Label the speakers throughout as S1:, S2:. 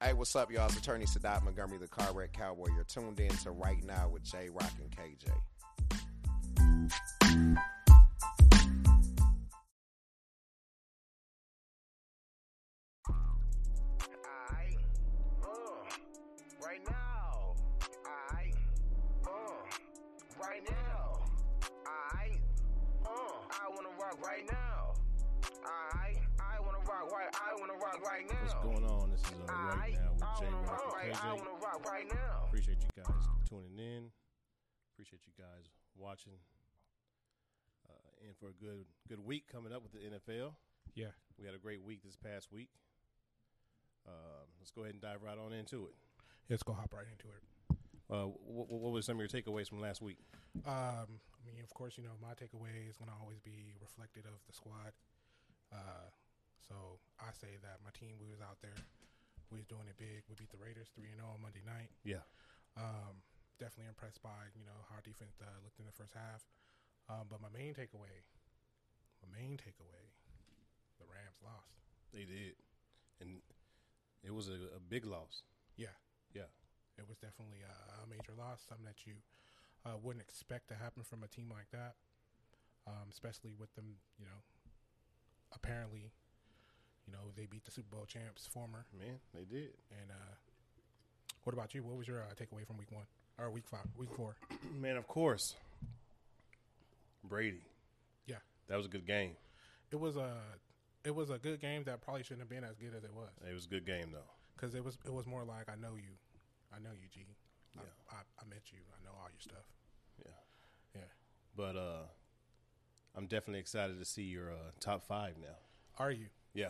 S1: Hey, what's up, y'all? It's attorney Sadat Montgomery, the car wreck cowboy. You're tuned in to Right Now with J Rock and KJ.
S2: I, uh, right now. I, uh, right now. I, uh, I wanna rock right now. I, I wanna rock right. I wanna rock right now.
S3: What's going on? This is uh, right
S2: I,
S3: now with
S2: I
S3: J
S2: wanna
S3: Rock
S2: rock right.
S3: and
S2: I
S3: KJ.
S2: wanna rock right now.
S3: Appreciate you guys tuning in. Appreciate you guys watching. Uh, and for a good good week coming up with the NFL,
S4: Yeah.
S3: we had a great week this past week. Um, let's go ahead and dive right on into it.
S4: Let's go hop right into it.
S3: Uh, what, what was some of your takeaways from last week?
S4: Um, I mean, of course, you know, my takeaway is going to always be reflected of the squad. Uh, so I say that my team, we was out there, we was doing it big. We beat the Raiders 3 and 0 on Monday night.
S3: Yeah,
S4: Um, definitely impressed by, you know, how our defense uh, looked in the first half. Um, but my main takeaway, my main takeaway, the Rams lost.
S3: they did, and it was a, a big loss.
S4: Yeah.
S3: Yeah.
S4: It was definitely a, a major loss, something that you uh, wouldn't expect to happen from a team like that, um, especially with them, you know, apparently, you know, they beat the Super Bowl champs, former.
S3: Man, they did.
S4: And uh, what about you? What was your uh, takeaway from week one or week five, week four?
S3: Man, of course, Brady.
S4: Yeah.
S3: that was a good game.
S4: It was a. It was a good game that probably shouldn't have been as good as it was
S3: It was a good game though.
S4: because it was it was more like I know you, I know you, G, I
S3: Yeah.
S4: I, I met you, I know all your stuff.
S3: Yeah.
S4: Yeah.
S3: But uh, I'm definitely excited to see your uh, top five now.
S4: Are you?
S3: Yeah.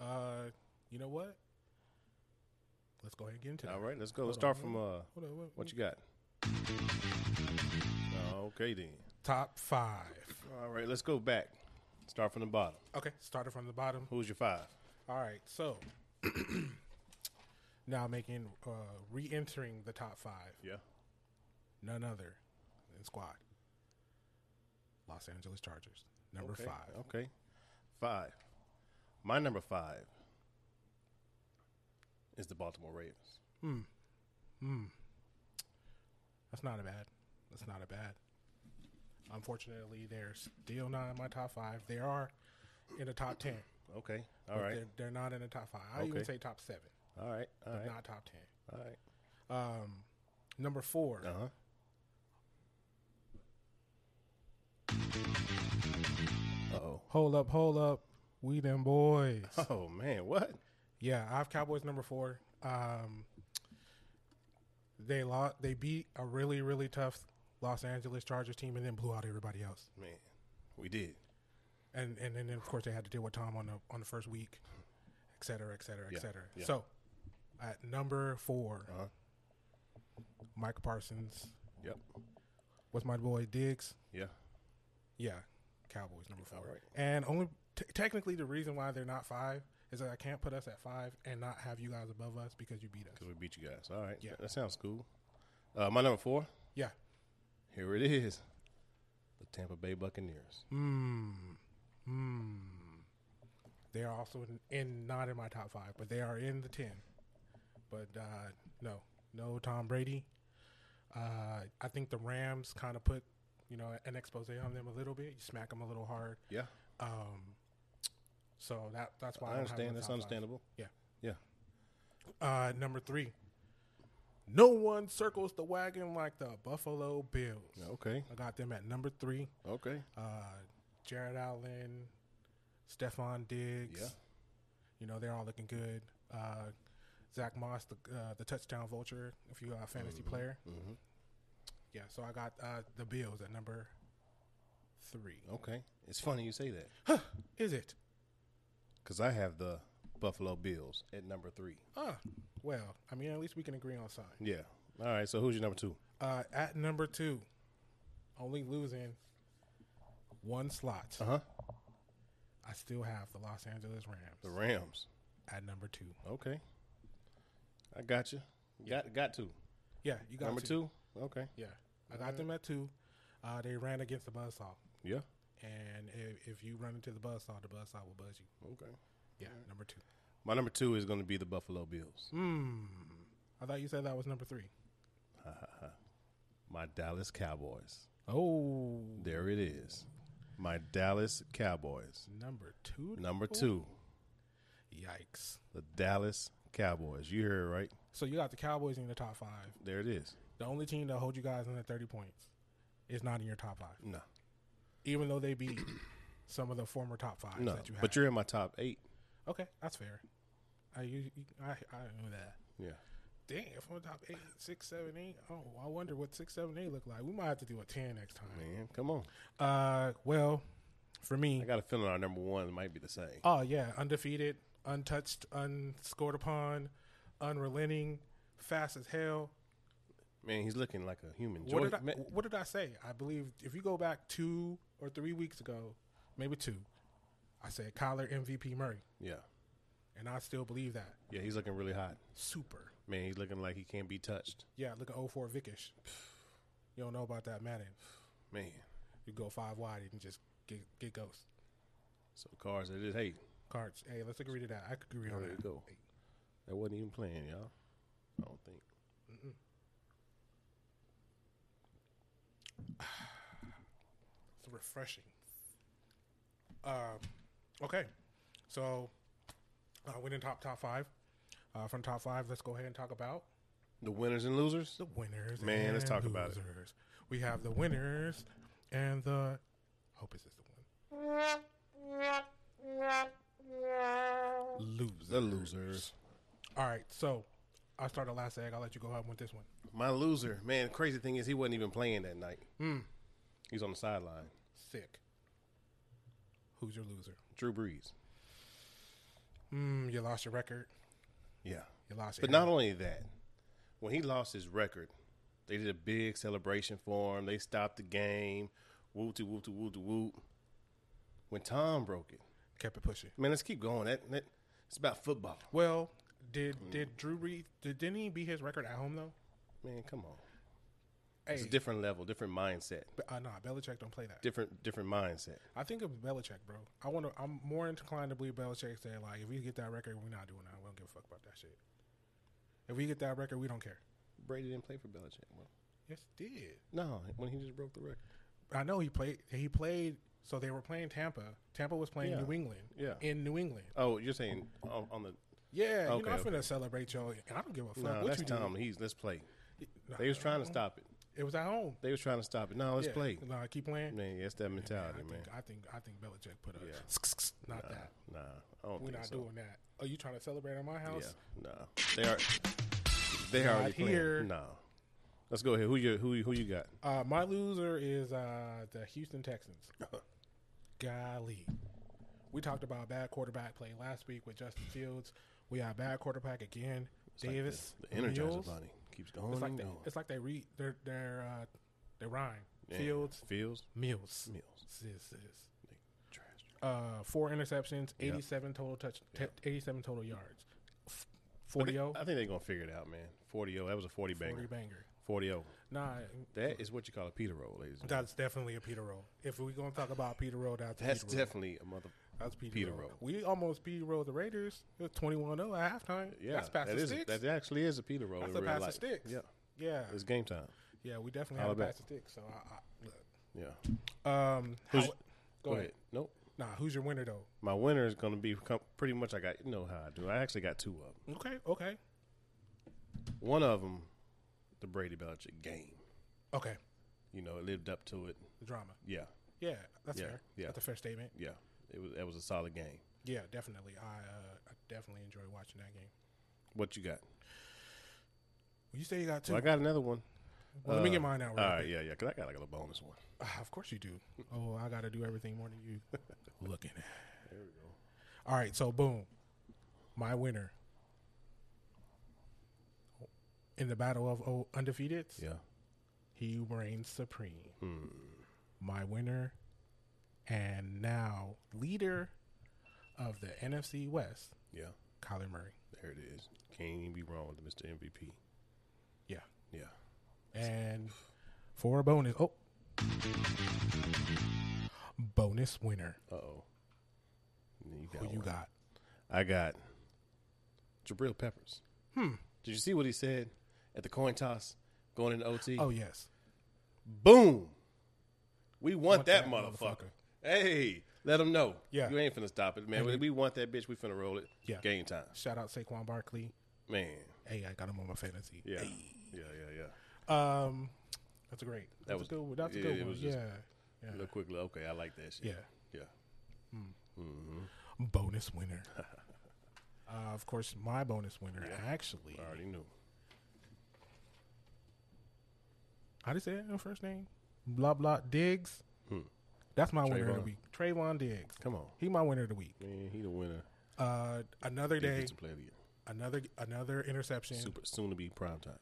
S4: Uh, you know what? Let's go ahead and get into
S3: All
S4: that.
S3: right, let's go. Let's
S4: Hold on.
S3: start from uh,
S4: Hold on, what,
S3: what you got? Okay then.
S4: Top five.
S3: All right, let's go back. Start from the bottom.
S4: Okay, started from the bottom.
S3: Who's your five?
S4: All right, so now making uh, re-entering the top five.
S3: Yeah.
S4: None other than squad. Los Angeles Chargers, number
S3: okay.
S4: five.
S3: Okay. Five. My number five is the Baltimore Ravens.
S4: That's not a bad. That's not a bad. Unfortunately, they're still not in my top five. They are in the top ten.
S3: Okay. All
S4: but
S3: right.
S4: They're, they're not in the top five. I even
S3: Okay.
S4: say top seven,
S3: All right. All right.
S4: not top ten.
S3: All right.
S4: Um, number four.
S3: Uh huh. Oh.
S4: Hold up, hold up. We them boys.
S3: Oh man, what?
S4: yeah, I have Cowboys number four. Um, they lost. They beat a really, really tough Los Angeles Chargers team, and then blew out everybody else.
S3: Man, we did.
S4: And and, and then of course they had to deal with Tom on the on the first week, et cetera, et cetera, et
S3: Yeah,
S4: cetera.
S3: yeah.
S4: So at number 4
S3: Uh-huh.
S4: Mike Parsons
S3: Yep.
S4: was my boy Diggs.
S3: Yeah.
S4: Yeah, Cowboys number four.
S3: All right.
S4: And only t- technically the reason why they're not five is that I can't put us at five and not have you guys above us because you beat us.
S3: Because we beat you guys. All right.
S4: Yeah.
S3: That sounds cool. Uh, my number four.
S4: Yeah.
S3: Here it is. The Tampa Bay Buccaneers.
S4: Hmm. Hmm. They are also in, in not in my top five, but they are in the ten. But uh, no, no Tom Brady. Uh, I think the Rams kind of put you know an expose on them a little bit. You smack them a little hard.
S3: Yeah.
S4: Um, so that that's why
S3: I
S4: don't have them in
S3: understand.
S4: the
S3: That's
S4: top five.
S3: understandable.
S4: Yeah.
S3: Yeah.
S4: Uh, number three. No one circles the wagon like the Buffalo Bills.
S3: Okay.
S4: I got them at number three.
S3: Okay.
S4: Uh, Jared Allen, Stephon Diggs.
S3: Yeah.
S4: You know, they're all looking good. Uh, Zach Moss, the, uh, the touchdown vulture, if you're a fantasy player.
S3: Mm-hmm.
S4: Yeah, so I got uh, the Bills at number three.
S3: Okay. It's funny you say that
S4: Is it?
S3: because I have the Buffalo Bills at number three.
S4: Ah, well, I mean, at least we can agree on something.
S3: Yeah. All right. So who's your number two?
S4: Uh, at number two, only losing one slot.
S3: Uh huh.
S4: I still have the Los Angeles Rams
S3: The Rams.
S4: at number two.
S3: Okay. I got you. Got got two.
S4: Yeah, you got
S3: Number
S4: to.
S3: two. Okay.
S4: Yeah, I got them at two. Uh, they ran against the buzzsaw,
S3: Yeah.
S4: and if, if you run into the buzzsaw, the buzzsaw will buzz you.
S3: Okay.
S4: Yeah, number two.
S3: My number two is going to be the Buffalo Bills.
S4: Hmm. I thought you said that was number three.
S3: My Dallas Cowboys.
S4: Oh,
S3: There it is. My Dallas Cowboys.
S4: number two.
S3: Number two,
S4: Yikes.
S3: the Dallas Cowboys. You heard right.
S4: So you got the Cowboys in the top five.
S3: There it is.
S4: The only team that holds you guys under thirty points is not in your top five,
S3: No,
S4: even though they beat some of the former top fives
S3: no.
S4: that you had.
S3: but you're in my top eight.
S4: okay. That's fair. I you, you- I I know that.
S3: Yeah.
S4: Dang, if I'm top eight, six, seven, eight. Oh, I wonder what six, seven, eight look like. We might have to do a ten next time.
S3: Man, come on.
S4: Uh, well, for me,
S3: I got a feeling our number one might be the same.
S4: Oh yeah, undefeated, untouched, unscored upon, unrelenting, fast as hell.
S3: Man, he's looking like a human.
S4: What
S3: Joy-
S4: did I,
S3: man,
S4: what did I say? I believe if you go back two or three weeks ago, maybe two, I said Kyler MVP Murray,
S3: yeah.
S4: and I still believe that.
S3: Yeah, he's looking really hot.
S4: Super.
S3: Man, he's looking like he can't be touched.
S4: Yeah, look at 04 Vickish. You don't know about that Madden.
S3: Man.
S4: You go five wide and just get get ghost
S3: So cars, it is. Hey,
S4: cards. Hey, let's agree to that. I could agree on
S3: Oh, there you
S4: that.
S3: go. That wasn't even playing, y'all. I don't think.
S4: It's refreshing. Um, okay, so uh, we didn't top top five. Uh, from top five, let's go ahead and talk about
S3: The winners and losers.
S4: the winners.
S3: Man, let's
S4: and
S3: talk about it.
S4: losers. We have the winners and the. I hope is this the one? Losers.
S3: The losers.
S4: All right, so I'll start the last egg. I'll let you go ahead with this one.
S3: My loser, man. Crazy thing is, he wasn't even playing that night. He's on the sideline.
S4: Sick. Who's your loser?
S3: Drew Brees.
S4: Mm, you lost your record.
S3: Yeah,
S4: You lost.
S3: but
S4: your
S3: not only that, when he lost his record, they did a big celebration for him. They stopped the game. Wooty wooty wooty woot. When Tom broke it,
S4: kept it pushing.
S3: man. Let's keep going. That, that it's about football,
S4: Well, did did Drew Brees did didn't he beat his record at home though?
S3: man. Come on.
S4: Hey,
S3: It's a different level, different mindset,
S4: Be- uh, nah, Belichick don't play that.
S3: different different mindset.
S4: I think it was Belichick, bro. I want to. I'm more inclined to believe Belichick said like, if we get that record, we're not doing that. We don't give a fuck about that shit. If we get that record, we don't care.
S3: Brady didn't play for Belichick. Well,
S4: Yes, did.
S3: no, when he just broke the record.
S4: I know he played. He played. So they were playing Tampa. Tampa was playing
S3: Yeah.
S4: New England.
S3: Yeah.
S4: In New England.
S3: Oh, you're saying on, on the
S4: Yeah.
S3: Okay,
S4: you know, I'm
S3: okay.
S4: finna celebrate y'all. and I don't give a fuck
S3: no?
S4: what
S3: that's
S4: you
S3: Tom.
S4: do.
S3: He's let's play.
S4: No,
S3: They was trying to stop it.
S4: it was at home.
S3: They was trying to stop it. No, let's
S4: Yeah.
S3: play.
S4: No, I keep playing.
S3: Man, it's that mentality,
S4: I think,
S3: man.
S4: I think I think Belichick put up.
S3: Yeah.
S4: Not that.
S3: Nah, I don't
S4: We're
S3: think
S4: not
S3: so.
S4: doing that. Are you trying to celebrate at my house?
S3: Yeah, nah. They are. They are
S4: Not
S3: already
S4: here.
S3: playing. No. Let's go ahead. Who you who you- who you got?
S4: Uh, my loser is uh, the Houston Texans. Golly. We talked about bad quarterback play last week with Justin Fields. We have bad quarterback again. Davis.
S3: The Energizer
S4: Mills.
S3: Bunny keeps going
S4: It's like
S3: and
S4: they,
S3: going.
S4: it's like they read their their uh, their rhyme.
S3: Yeah.
S4: Fields,
S3: Fields,
S4: Mills.
S3: Mills,
S4: Sis, sis.
S3: They trash.
S4: Uh, four interceptions, eighty-seven total touch, te- eighty-seven total yards, F-
S3: But
S4: forty
S3: they-
S4: zero,
S3: I think they're gonna figure it out, man. Forty zero. That was a forty
S4: forty
S3: banger.
S4: uh, banger.
S3: Forty zero.
S4: Nah,
S3: That is what you call a Peter roll, ladies. and
S4: That's definitely a Peter roll. If we're gonna talk about Peter roll, that's
S3: That's
S4: Peter roll.
S3: definitely a mother.
S4: that's Peter,
S3: Peter
S4: roll.
S3: roll.
S4: We almost Peter roll the Raiders. It was 21-0 at halftime.
S3: Yeah,
S4: that's past
S3: that
S4: the
S3: is-
S4: sticks.
S3: That actually is a Peter roll.
S4: that's
S3: in
S4: a
S3: real
S4: pass the
S3: life.
S4: sticks.
S3: Yeah,
S4: yeah,
S3: it's game time.
S4: yeah. We definitely
S3: Holla
S4: had a
S3: back.
S4: pass the sticks. So I,
S3: Yeah.
S4: I, look, um,
S3: Who's-
S4: how- go, ahead.
S3: Nope.
S4: Nah, who's your winner though?
S3: My winner is going to be com- pretty much. I got you know how I do. I actually got two of them.
S4: Okay, okay,
S3: One of them, the Brady Belichick game.
S4: okay.
S3: You know, it lived up to it.
S4: The drama.
S3: Yeah,
S4: Yeah, that's
S3: Yeah,
S4: fair.
S3: yeah.
S4: that's a fair statement.
S3: yeah. It was. That was a solid game.
S4: Yeah, definitely. I, uh, I definitely enjoy watching that game.
S3: What you got?
S4: Well, you say you got two.
S3: Well, I got another one.
S4: Well, let me
S3: uh,
S4: get mine out.
S3: All
S4: real
S3: right.
S4: quick.
S3: Yeah, yeah. Cause I got like a little bonus one.
S4: Ah, of course you do. Oh, I got to do everything more than you. Looking at. There we go. All right, so boom, my winner in the battle of oh, undefeated.
S3: Yeah. Hmm.
S4: He reigns supreme. My winner, and now leader of the NFC West,
S3: Yeah.
S4: Kyler Murray.
S3: There it is. Can't even be wrong with Mr. MVP.
S4: Yeah,
S3: Yeah.
S4: and for a bonus, oh, bonus winner.
S3: Uh oh. You got
S4: Who you
S3: one.
S4: got?
S3: I got Jabril Peppers.
S4: Hmm.
S3: Did you see what he said at the coin toss going into OT?
S4: Oh yes.
S3: Boom! We want,
S4: Want
S3: that,
S4: that
S3: motherfucker.
S4: motherfucker.
S3: Hey, let them know.
S4: Yeah. Mm-hmm.
S3: You ain't finna stop it, man. We, we want that bitch. We finna roll it.
S4: Yeah.
S3: Game time.
S4: Shout out Saquon Barkley.
S3: Man.
S4: Hey, I got him on my fantasy.
S3: Yeah. Yeah, yeah, yeah.
S4: Um, that's great. That's
S3: was-
S4: a good. one. That's a
S3: yeah,
S4: good
S3: it
S4: one.
S3: was just-
S4: yeah. Yeah.
S3: Look quickly. Okay, I like that shit.
S4: Yeah.
S3: Yeah.
S4: Bonus winner. uh, of course, my bonus winner actually.
S3: I already knew.
S4: I just said her first name. Blah blah Diggs. That's my winner of the
S3: Hmm. Trayvon.
S4: week. Trayvon Diggs.
S3: Come on.
S4: He my winner of the week.
S3: Man, he the winner.
S4: Uh, another day,
S3: Defensive player of the year.
S4: another another interception.
S3: Super soon to be prime time.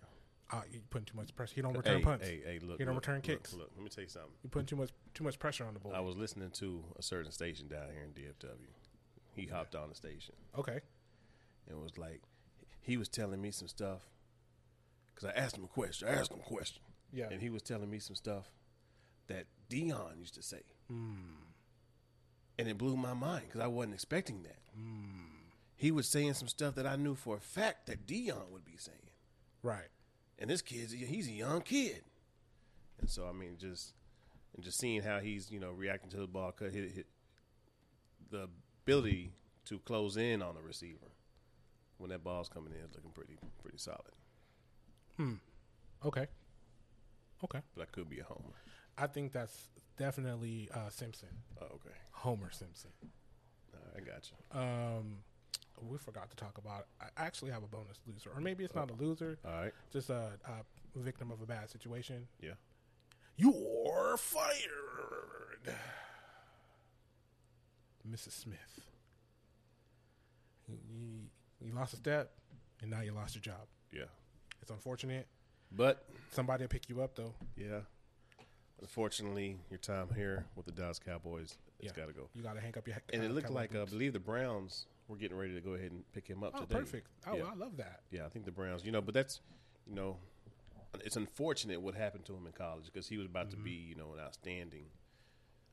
S4: Uh, you putting too much pressure. He don't return punts.
S3: Hey, hey, look.
S4: He don't
S3: look,
S4: return
S3: look,
S4: kicks.
S3: Look, let me tell you something.
S4: You putting too much too much pressure on the board.
S3: I was listening to a certain station down here in DFW. He hopped on the station
S4: okay.
S3: and was like, he was telling me some stuff because I asked him a question. I asked him a question.
S4: Yeah.
S3: And he was telling me some stuff that Dion used to say. And it blew my mind because I wasn't expecting that. He was saying some stuff that I knew for a fact that Dion would be saying.
S4: Right.
S3: and this kid's he's a young kid, and so I mean just and just seeing how he's you know reacting to the ball, cut hit, hit the ability to close in on the receiver when that ball's coming in is looking pretty pretty solid.
S4: Okay. Okay.
S3: But I could be a homer.
S4: I think that's definitely uh, Simpson,
S3: Oh, okay,
S4: Homer Simpson.
S3: All right, I got you.
S4: Um, we forgot to talk about. I actually have a bonus loser, or maybe it's not a loser,
S3: All right,
S4: just a, a victim of a bad situation.
S3: yeah.
S4: You're fired, Mrs. Smith. You, you- you lost a step, and now you lost your job.
S3: Yeah,
S4: It's unfortunate.
S3: but
S4: Somebody will pick you up, though.
S3: yeah. Unfortunately, your time here with the Dallas Cowboys it's
S4: Yeah.
S3: got to go.
S4: You got to hang up your.
S3: And it
S4: uh,
S3: looked
S4: cowboy
S3: like uh, I
S4: boots.
S3: believe the Browns were getting ready to go ahead and pick him up
S4: Oh,
S3: today.
S4: perfect. Oh,
S3: Yeah.
S4: I love that.
S3: Yeah, I think the Browns. You know, but that's you know, it's unfortunate what happened to him in college because he was about to be you know an outstanding.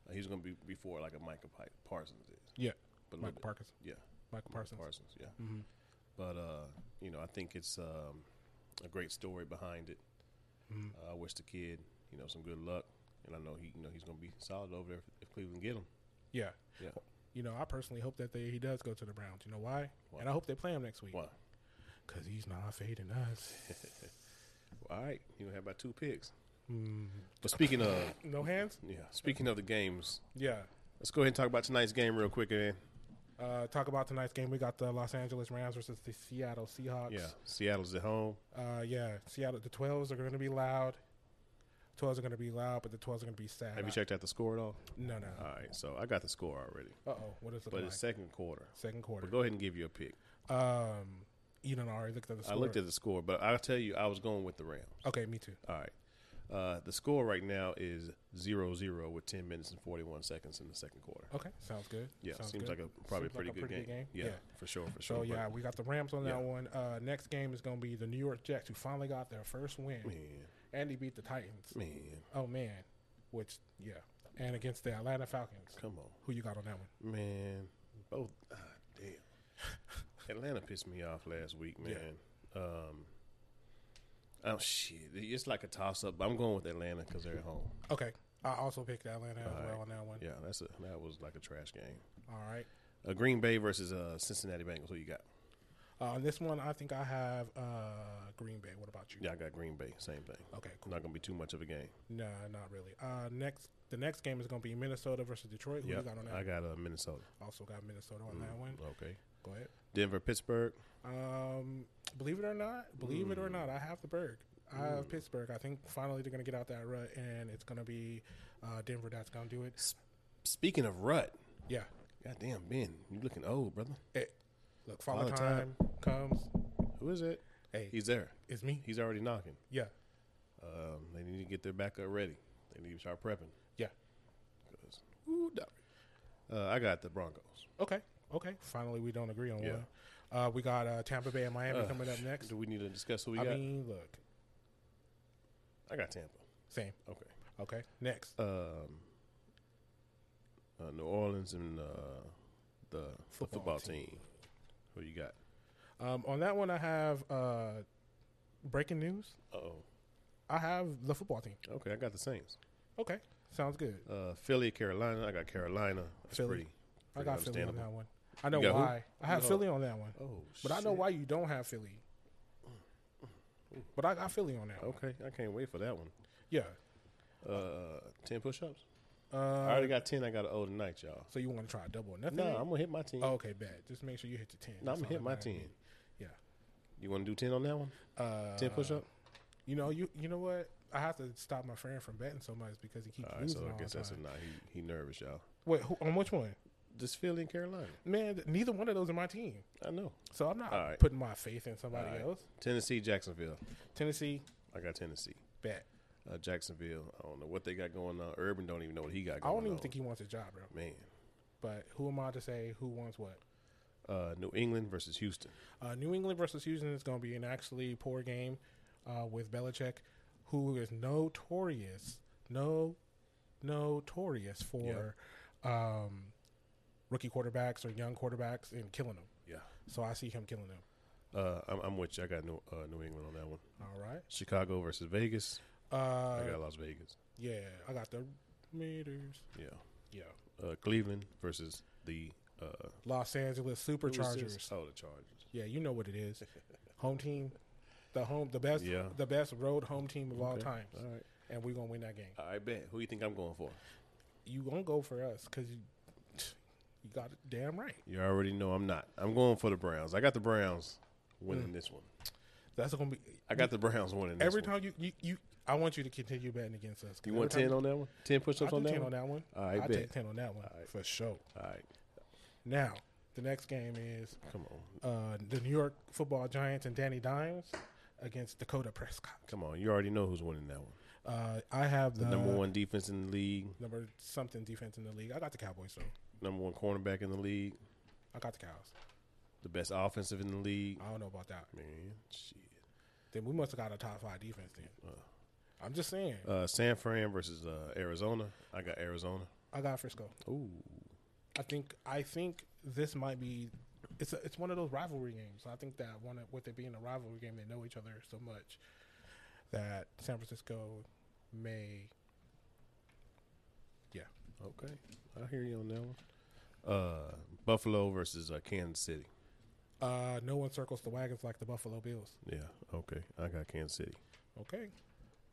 S3: Uh, he was going to be before like a Michael Pi- Parsons is.
S4: Yeah,
S3: But a little
S4: Michael
S3: bit-
S4: Parkinson.
S3: Yeah,
S4: Michael Parsons.
S3: Parsons. Yeah. But uh, you know, I think it's um, a great story behind it. Uh, I wish the kid you know some good luck, and I know he you know he's going to be solid over there if, if Cleveland get him.
S4: Yeah.
S3: Yeah.
S4: You know, I personally hope that they, he does go to the Browns. You know why? And I hope they play him next week
S3: Wow.
S4: because he's not fading us.
S3: Well, all right, you know, have about two picks. But speaking of
S4: no hands?
S3: yeah, speaking of the games,
S4: Yeah.
S3: Let's go ahead and talk about tonight's game real quick, man.
S4: Uh, talk about tonight's game. We got the Los Angeles Rams versus the Seattle Seahawks.
S3: Yeah, Seattle's at home.
S4: Uh, yeah. Seattle. The twelves are going to be loud. Twelves are going to be loud, but the twelves are going to be sad.
S3: Have you checked out the score at all?
S4: No, no.
S3: All right, so I got the score already,
S4: Uh oh. What is it
S3: but
S4: like?
S3: it's second quarter.
S4: Second quarter.
S3: But go ahead and give you a pick.
S4: Um, you don't already looked at the. Score.
S3: I looked at the score, but I'll tell you, I was going with the Rams.
S4: Okay, me too.
S3: All right, uh, the score right now is 0-0 with ten minutes and forty one seconds in the second quarter.
S4: Okay, sounds good.
S3: Yeah,
S4: sounds
S3: Oh, seems
S4: good.
S3: like a probably
S4: Seems
S3: pretty,
S4: like a
S3: good, game.
S4: pretty good
S3: Yeah,
S4: game. Yeah.
S3: for sure, for sure.
S4: So
S3: But,
S4: yeah, we got the Rams on
S3: Yeah.
S4: that one. Uh, next game is going to be the New York Jets, who finally got their first win,
S3: man,
S4: and they beat the Titans.
S3: man,
S4: Oh man, which yeah, and against the Atlanta Falcons.
S3: come on,
S4: Who you got on that one?
S3: man. Both, ah, damn. Atlanta pissed me off last week, man. Um, Oh shit! It's like a toss up. But I'm going with Atlanta because they're at home.
S4: Okay, I also picked Atlanta as well on that one.
S3: Yeah, that's a that was like a trash game.
S4: All right.
S3: Uh, Green Bay versus uh, Cincinnati Bengals. Who you got?
S4: Uh, on this one, I think I have uh, Green Bay. What about you?
S3: Yeah, I got Green Bay. Same thing.
S4: Okay, cool.
S3: Not gonna be too much of a game.
S4: No, not really. Uh, next, the next game is going to be Minnesota versus Detroit. Who
S3: Yeah,
S4: you got on that?
S3: I Mm, got uh, Minnesota.
S4: also got Minnesota on that one.
S3: Okay.
S4: Go ahead.
S3: Denver, Pittsburgh.
S4: Um, believe it or not, believe it or
S3: Mm.
S4: not, I have the Berg. I have Pittsburgh. I think finally they're going to get out that rut, and it's going to be uh, Denver that's going to do it.
S3: S- speaking of rut,
S4: Yeah.
S3: goddamn Ben, you looking old, brother.
S4: It, look, father
S3: Father
S4: time,
S3: time.
S4: comes.
S3: Who is it?
S4: Hey,
S3: He's there.
S4: it's me.
S3: He's already knocking.
S4: Yeah.
S3: Um, they need to get their backup ready. They need to start prepping.
S4: Yeah.
S3: 'Cause, ooh, dog. Uh, I got the Broncos.
S4: Okay. Okay. Finally, we don't agree on
S3: Yeah.
S4: one. Uh, we got uh, Tampa Bay and Miami coming up next.
S3: Do we need to discuss who we
S4: I
S3: got?
S4: mean, look,
S3: I got Tampa.
S4: same.
S3: Okay.
S4: Okay. Next.
S3: Um, uh, New Orleans and uh, the the football,
S4: Football
S3: team. Who you got?
S4: Um, on that one, I have uh, breaking news.
S3: Oh,
S4: I have the football team.
S3: okay. I got the Saints.
S4: Okay, sounds good.
S3: Uh, Philly, Carolina. I got Carolina. That's
S4: Philly.
S3: pretty.
S4: I
S3: pretty
S4: got Philly on
S3: understandable.
S4: that one. I know
S3: got who?
S4: why. I have
S3: No.
S4: Philly on that one,
S3: Oh,
S4: but I know why you don't have Philly. But I got Philly on that. One.
S3: Okay, I can't wait for that one.
S4: Yeah.
S3: Uh, ten push-ups. I
S4: Uh,
S3: already got ten. I got to owe tonight, y'all.
S4: so you want to try double or nothing?
S3: No, I'm gonna hit my ten.
S4: Oh, okay, bad. Just make sure you hit the ten.
S3: no, I'm
S4: That's
S3: gonna
S4: all
S3: hit
S4: that
S3: my
S4: matters.
S3: ten.
S4: Yeah.
S3: You want to do ten on that one?
S4: Uh,
S3: Ten push-up.
S4: You know, you you know what? I have to stop my friend from betting so much because he keeps
S3: All right,
S4: losing
S3: so
S4: all
S3: I guess
S4: the
S3: that's
S4: time.
S3: a nah. He, he nervous, y'all.
S4: Wait, who, on which one?
S3: Just Philly and Carolina.
S4: Man, th- neither one of those are my team,
S3: I know.
S4: so I'm not
S3: All right.
S4: putting my faith in somebody
S3: All right.
S4: else.
S3: Tennessee, Jacksonville.
S4: Tennessee
S3: I got Tennessee.
S4: bet.
S3: Uh, Jacksonville. I don't know what they got going on. Urban don't even know what he got
S4: I
S3: going on.
S4: don't even think he wants a job, bro.
S3: Man,
S4: But who am I to say who wants what?
S3: uh, New England versus Houston.
S4: Uh, New England versus Houston is going to be an actually poor game uh, with Belichick, who is notorious, no, notorious for um, rookie quarterbacks or young quarterbacks and killing them.
S3: Yeah.
S4: So I see him killing them.
S3: Uh, I'm, I'm with you. I got New, uh, New England on that one.
S4: All right.
S3: Chicago versus Vegas. I
S4: Uh,
S3: got Las Vegas.
S4: yeah, I got the meters.
S3: Yeah.
S4: Yeah,
S3: Uh, Cleveland versus the uh,
S4: Los Angeles
S3: who was this?
S4: Superchargers.
S3: Oh, the Chargers.
S4: Yeah, you know what it is. home team, the home, the best,
S3: Yeah.
S4: the best road home team of all
S3: Okay.
S4: times,
S3: All right.
S4: and we're gonna win that game.
S3: I bet. Who you think I'm going for?
S4: You gonna go for us because you, you got it damn right.
S3: You already know I'm not. I'm going for the Browns. I got the Browns winning this one.
S4: That's gonna be
S3: Mm. I got the Browns winning this
S4: every
S3: one.
S4: time you, you you. I want you to continue betting against us. 'cause
S3: You
S4: every
S3: want
S4: time
S3: 10 on that one? 10 push
S4: I
S3: ups
S4: do
S3: on, that
S4: ten
S3: one?
S4: on that one.
S3: All right,
S4: I
S3: bet.
S4: take ten on that one for sure.
S3: All right.
S4: Now the next game is
S3: Come on.
S4: uh, the New York Football Giants and Danny Dimes against Dakota Prescott.
S3: Come on. You already know who's winning that one.
S4: Uh, I have the,
S3: Number one defense in the league,
S4: number something defense in the league. I got the Cowboys though.
S3: number one cornerback in the league,
S4: I got the Cows.
S3: the best offensive in the league.
S4: I don't know about that.
S3: Man, shit.
S4: Then we must have got a top five defense then. I'm just saying.
S3: Uh, San Fran versus uh, Arizona. I got Arizona.
S4: I got Frisco.
S3: Ooh.
S4: I think I think this might be it's a, it's one of those rivalry games. I think that one of- with it being a rivalry game, they know each other so much that San Francisco may yeah
S3: Okay. I hear you on that one. Uh, Buffalo versus uh, Kansas City.
S4: uh, no one circles the wagons like the Buffalo Bills.
S3: Yeah. Okay. I got Kansas City.
S4: Okay,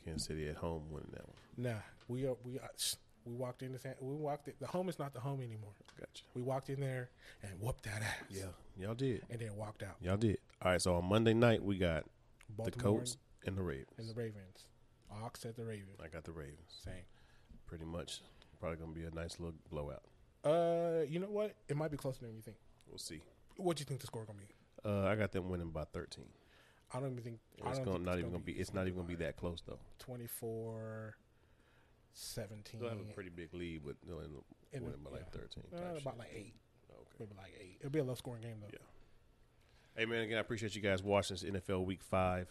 S3: Kansas City at home winning that one.
S4: nah, we are we are, shh, we walked into San, we walked in, the home is not the home anymore.
S3: Gotcha.
S4: We walked in there and whooped that ass.
S3: Y'all did.
S4: and then walked out.
S3: Y'all did. All right. So on Monday night, we got
S4: Baltimore
S3: the Colts and the Ravens.
S4: and the Ravens. Ox at the Ravens.
S3: I got the Ravens.
S4: Same.
S3: Pretty much. Probably going to be a nice little blowout.
S4: Uh, you know what? It might be closer than you think.
S3: We'll see.
S4: What do you think the score gonna be?
S3: Uh, I got them winning by 13.
S4: I don't even think. I
S3: It's
S4: don't
S3: gonna,
S4: think
S3: not even going to be. It's not even going to be that close though.
S4: 24, 17.
S3: They'll have a pretty big lead, but they'll end up
S4: And,
S3: winning by like
S4: yeah.
S3: 13.
S4: uh,
S3: type
S4: about
S3: shit.
S4: like eight,
S3: Okay.
S4: maybe like eight. It'll be a low scoring game though.
S3: Yeah. Hey man, again, I appreciate you guys watching this NFL Week Five.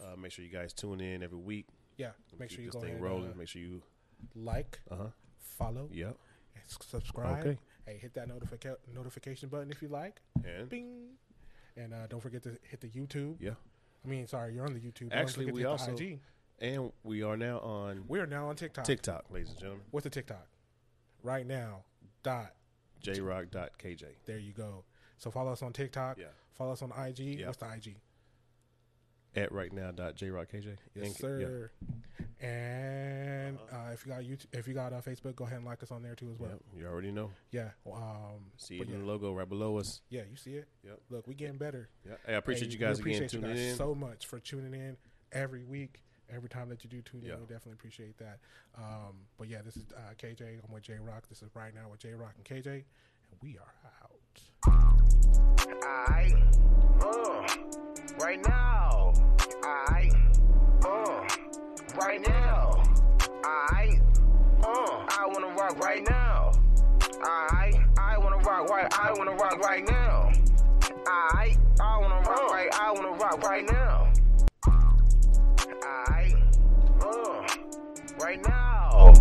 S3: Uh, make sure you guys tune in every week.
S4: Yeah. Make
S3: Keep
S4: sure you
S3: this
S4: go
S3: thing
S4: ahead and
S3: rolling.
S4: uh,
S3: Make sure you.
S4: like,
S3: Uh huh.
S4: follow,
S3: Yep.
S4: and s- subscribe.
S3: Okay.
S4: Hey, hit that notification notification button if you like.
S3: And
S4: Bing. And uh, don't forget to hit the YouTube.
S3: yeah.
S4: I mean, sorry, you're on the YouTube. Don't
S3: Actually,
S4: forget to
S3: we
S4: hit the
S3: also-
S4: IG.
S3: And we are now on
S4: we are now on TikTok.
S3: TikTok, ladies and gentlemen.
S4: What's the TikTok? Right now. Dot.
S3: JRock.KJ.
S4: There you go. So follow us on TikTok.
S3: Yeah.
S4: Follow us on IG.
S3: Yeah.
S4: What's the IG?
S3: At right now. dot JRockKJ.
S4: Yes,
S3: And- yeah. Uh-huh.
S4: sir. And uh, if you got YouTube, if you got uh, Facebook, go ahead and like us on there too as well.
S3: Yep, You already know.
S4: Yeah. Um,
S3: See
S4: but
S3: it in
S4: yeah,
S3: the logo right below us.
S4: yeah, you see it.
S3: Yep.
S4: Look, we getting better.
S3: Yeah. Hey, I appreciate
S4: Hey,
S3: you
S4: we
S3: guys again
S4: appreciate you
S3: tuning
S4: guys
S3: in.
S4: so much for tuning in every week. Every time that you do tune in,
S3: Yeah.
S4: we definitely appreciate that. Um, but yeah, this is uh, KJ. I'm with J Rock. This is right now with J Rock and KJ, and we are out.
S2: I, uh, right now. I, uh, right now. I, uh, I wanna rock right now. I, I wanna rock right. I wanna rock right now. I, I wanna rock right. I wanna rock right now. I, uh, right now.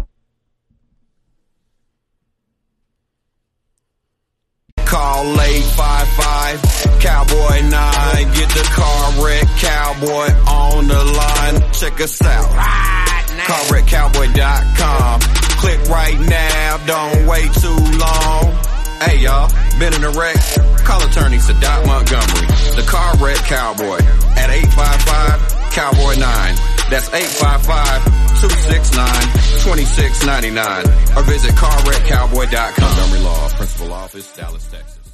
S5: Call 855 Cowboy 9. Get the car wreck cowboy on the line. Check us out. CarWreckCowboy.com. Click right now. Don't wait too long. Hey y'all, been in a wreck? Call attorney Sadat Montgomery, the car wreck cowboy, at 855 Cowboy 9. That's 855 269 2699. Or visit carwreckcowboy.com. Montgomery Law, Principal Office, Dallas, Texas.